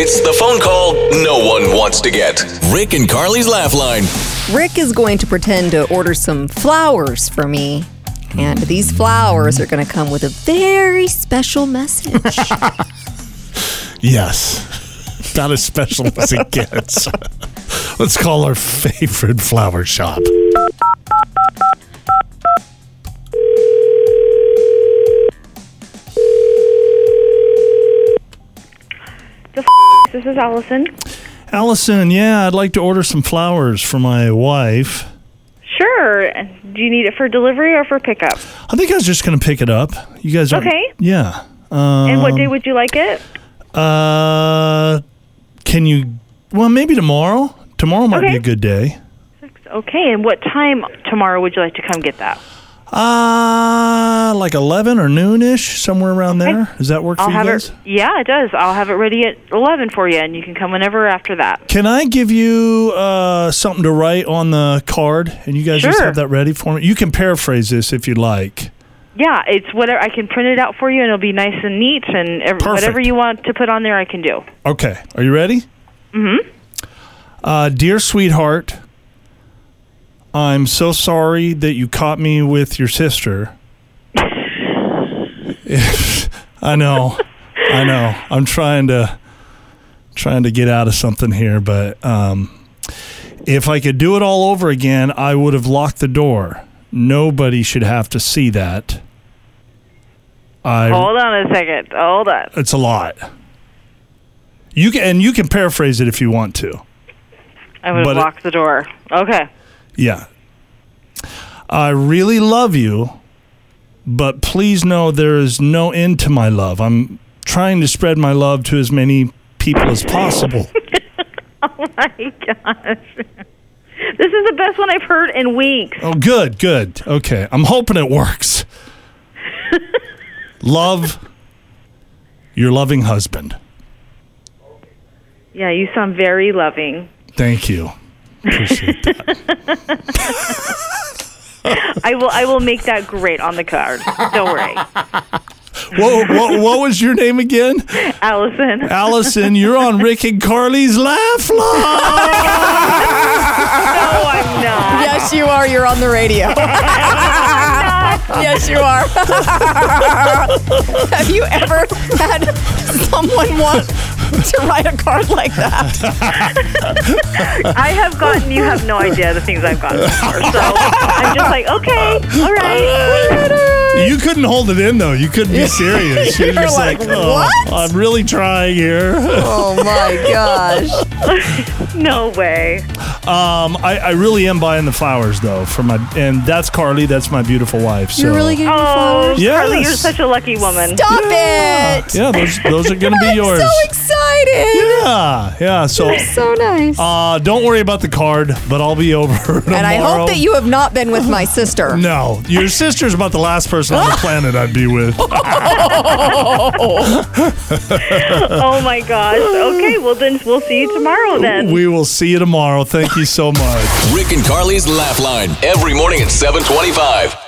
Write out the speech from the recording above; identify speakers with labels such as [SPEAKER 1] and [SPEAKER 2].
[SPEAKER 1] It's the phone call no one wants to get. Rick and Carly's Laugh Line.
[SPEAKER 2] Rick is going to pretend to order some flowers for me. And these flowers are going to come with a very special message.
[SPEAKER 3] Yes. Not as special as it gets. Let's call our favorite flower shop.
[SPEAKER 4] This is Allison.
[SPEAKER 3] Allison, yeah, I'd like to order some flowers for my wife.
[SPEAKER 4] Sure. Do you need it for delivery or for pickup?
[SPEAKER 3] I think I was just going to pick it up. You guys are.
[SPEAKER 4] Okay.
[SPEAKER 3] Yeah. Um,
[SPEAKER 4] and what day would you like it?
[SPEAKER 3] Uh, can you. Well, maybe tomorrow. Tomorrow might be
[SPEAKER 4] Okay.
[SPEAKER 3] a good day.
[SPEAKER 4] Okay. And what time tomorrow would you like to come get that?
[SPEAKER 3] Uh, like 11 or noonish, somewhere around there. Does that work
[SPEAKER 4] I'll
[SPEAKER 3] for you
[SPEAKER 4] have
[SPEAKER 3] guys?
[SPEAKER 4] it. Yeah, it does. I'll have it ready at eleven for you, and you can come whenever after that.
[SPEAKER 3] Can I give you uh, something to write on the card, and you guys just
[SPEAKER 4] Sure.
[SPEAKER 3] have that ready for me? You can paraphrase this if you like.
[SPEAKER 4] Yeah, it's whatever. I can print it out for you, and it'll be nice and neat, and ev- whatever
[SPEAKER 3] Perfect.
[SPEAKER 4] you want to put on there, I can do.
[SPEAKER 3] Okay, are you ready? Mm-hmm. Uh, dear sweetheart, I'm so sorry that you caught me with your sister. I know, I know. I'm trying to trying to get out of something here, but um, if I could do it all over again, I would have locked the door. Nobody should have to see that. I
[SPEAKER 4] Hold on a second. Hold on.
[SPEAKER 3] it's a lot. You can and you can paraphrase it if you want to.
[SPEAKER 4] I would
[SPEAKER 3] But it-
[SPEAKER 4] lock the door. Okay.
[SPEAKER 3] Yeah. I really love you, but please know there is no end to my love. I'm trying to spread my love to as many people as possible.
[SPEAKER 4] My gosh. This is the best one I've heard in weeks.
[SPEAKER 3] Oh, good, good. Okay. I'm hoping it works. love your loving husband.
[SPEAKER 4] Yeah, you sound very loving.
[SPEAKER 3] Thank you. Appreciate that.
[SPEAKER 4] I will. I will make that great on the card. Don't worry,
[SPEAKER 3] Whoa, whoa, what was your name again?
[SPEAKER 4] Allison.
[SPEAKER 3] Allison, you're on Rick and Carly's Laugh Line.
[SPEAKER 4] No, I'm not.
[SPEAKER 2] yes, you are. You're on the radio. yes, you are. have you ever had someone want to write a card like that?
[SPEAKER 4] I have gotten. You have no idea the things I've gotten before. So I'm just like, okay, all right.
[SPEAKER 3] You couldn't hold it in though. You couldn't be serious. You're,
[SPEAKER 2] You're
[SPEAKER 3] just
[SPEAKER 2] like,
[SPEAKER 3] like, "Oh,
[SPEAKER 2] "What?"
[SPEAKER 3] I'm really trying here.
[SPEAKER 2] Oh my gosh.
[SPEAKER 4] No way.
[SPEAKER 3] Um, I, I really am buying the flowers though for my, and that's Carly. That's my beautiful wife. So
[SPEAKER 2] You're really getting
[SPEAKER 4] Oh,
[SPEAKER 2] flowers?
[SPEAKER 4] Carly, you're
[SPEAKER 3] Yes.
[SPEAKER 4] such a lucky woman.
[SPEAKER 2] Stop it.
[SPEAKER 3] yeah, those those are gonna be
[SPEAKER 2] I'm
[SPEAKER 3] yours.
[SPEAKER 2] so excited.
[SPEAKER 3] yeah, yeah. So,
[SPEAKER 2] So nice.
[SPEAKER 3] uh, don't worry about the card, but I'll be over tomorrow.
[SPEAKER 2] and I hope that you have not been with my sister.
[SPEAKER 3] No, your sister's about the last person on the planet I'd be with.
[SPEAKER 4] Oh my gosh. Okay, well then we'll see you tomorrow then.
[SPEAKER 3] we will see you tomorrow. Thank you so much.
[SPEAKER 1] Rick and Carly's Laugh Line. Every morning at 725.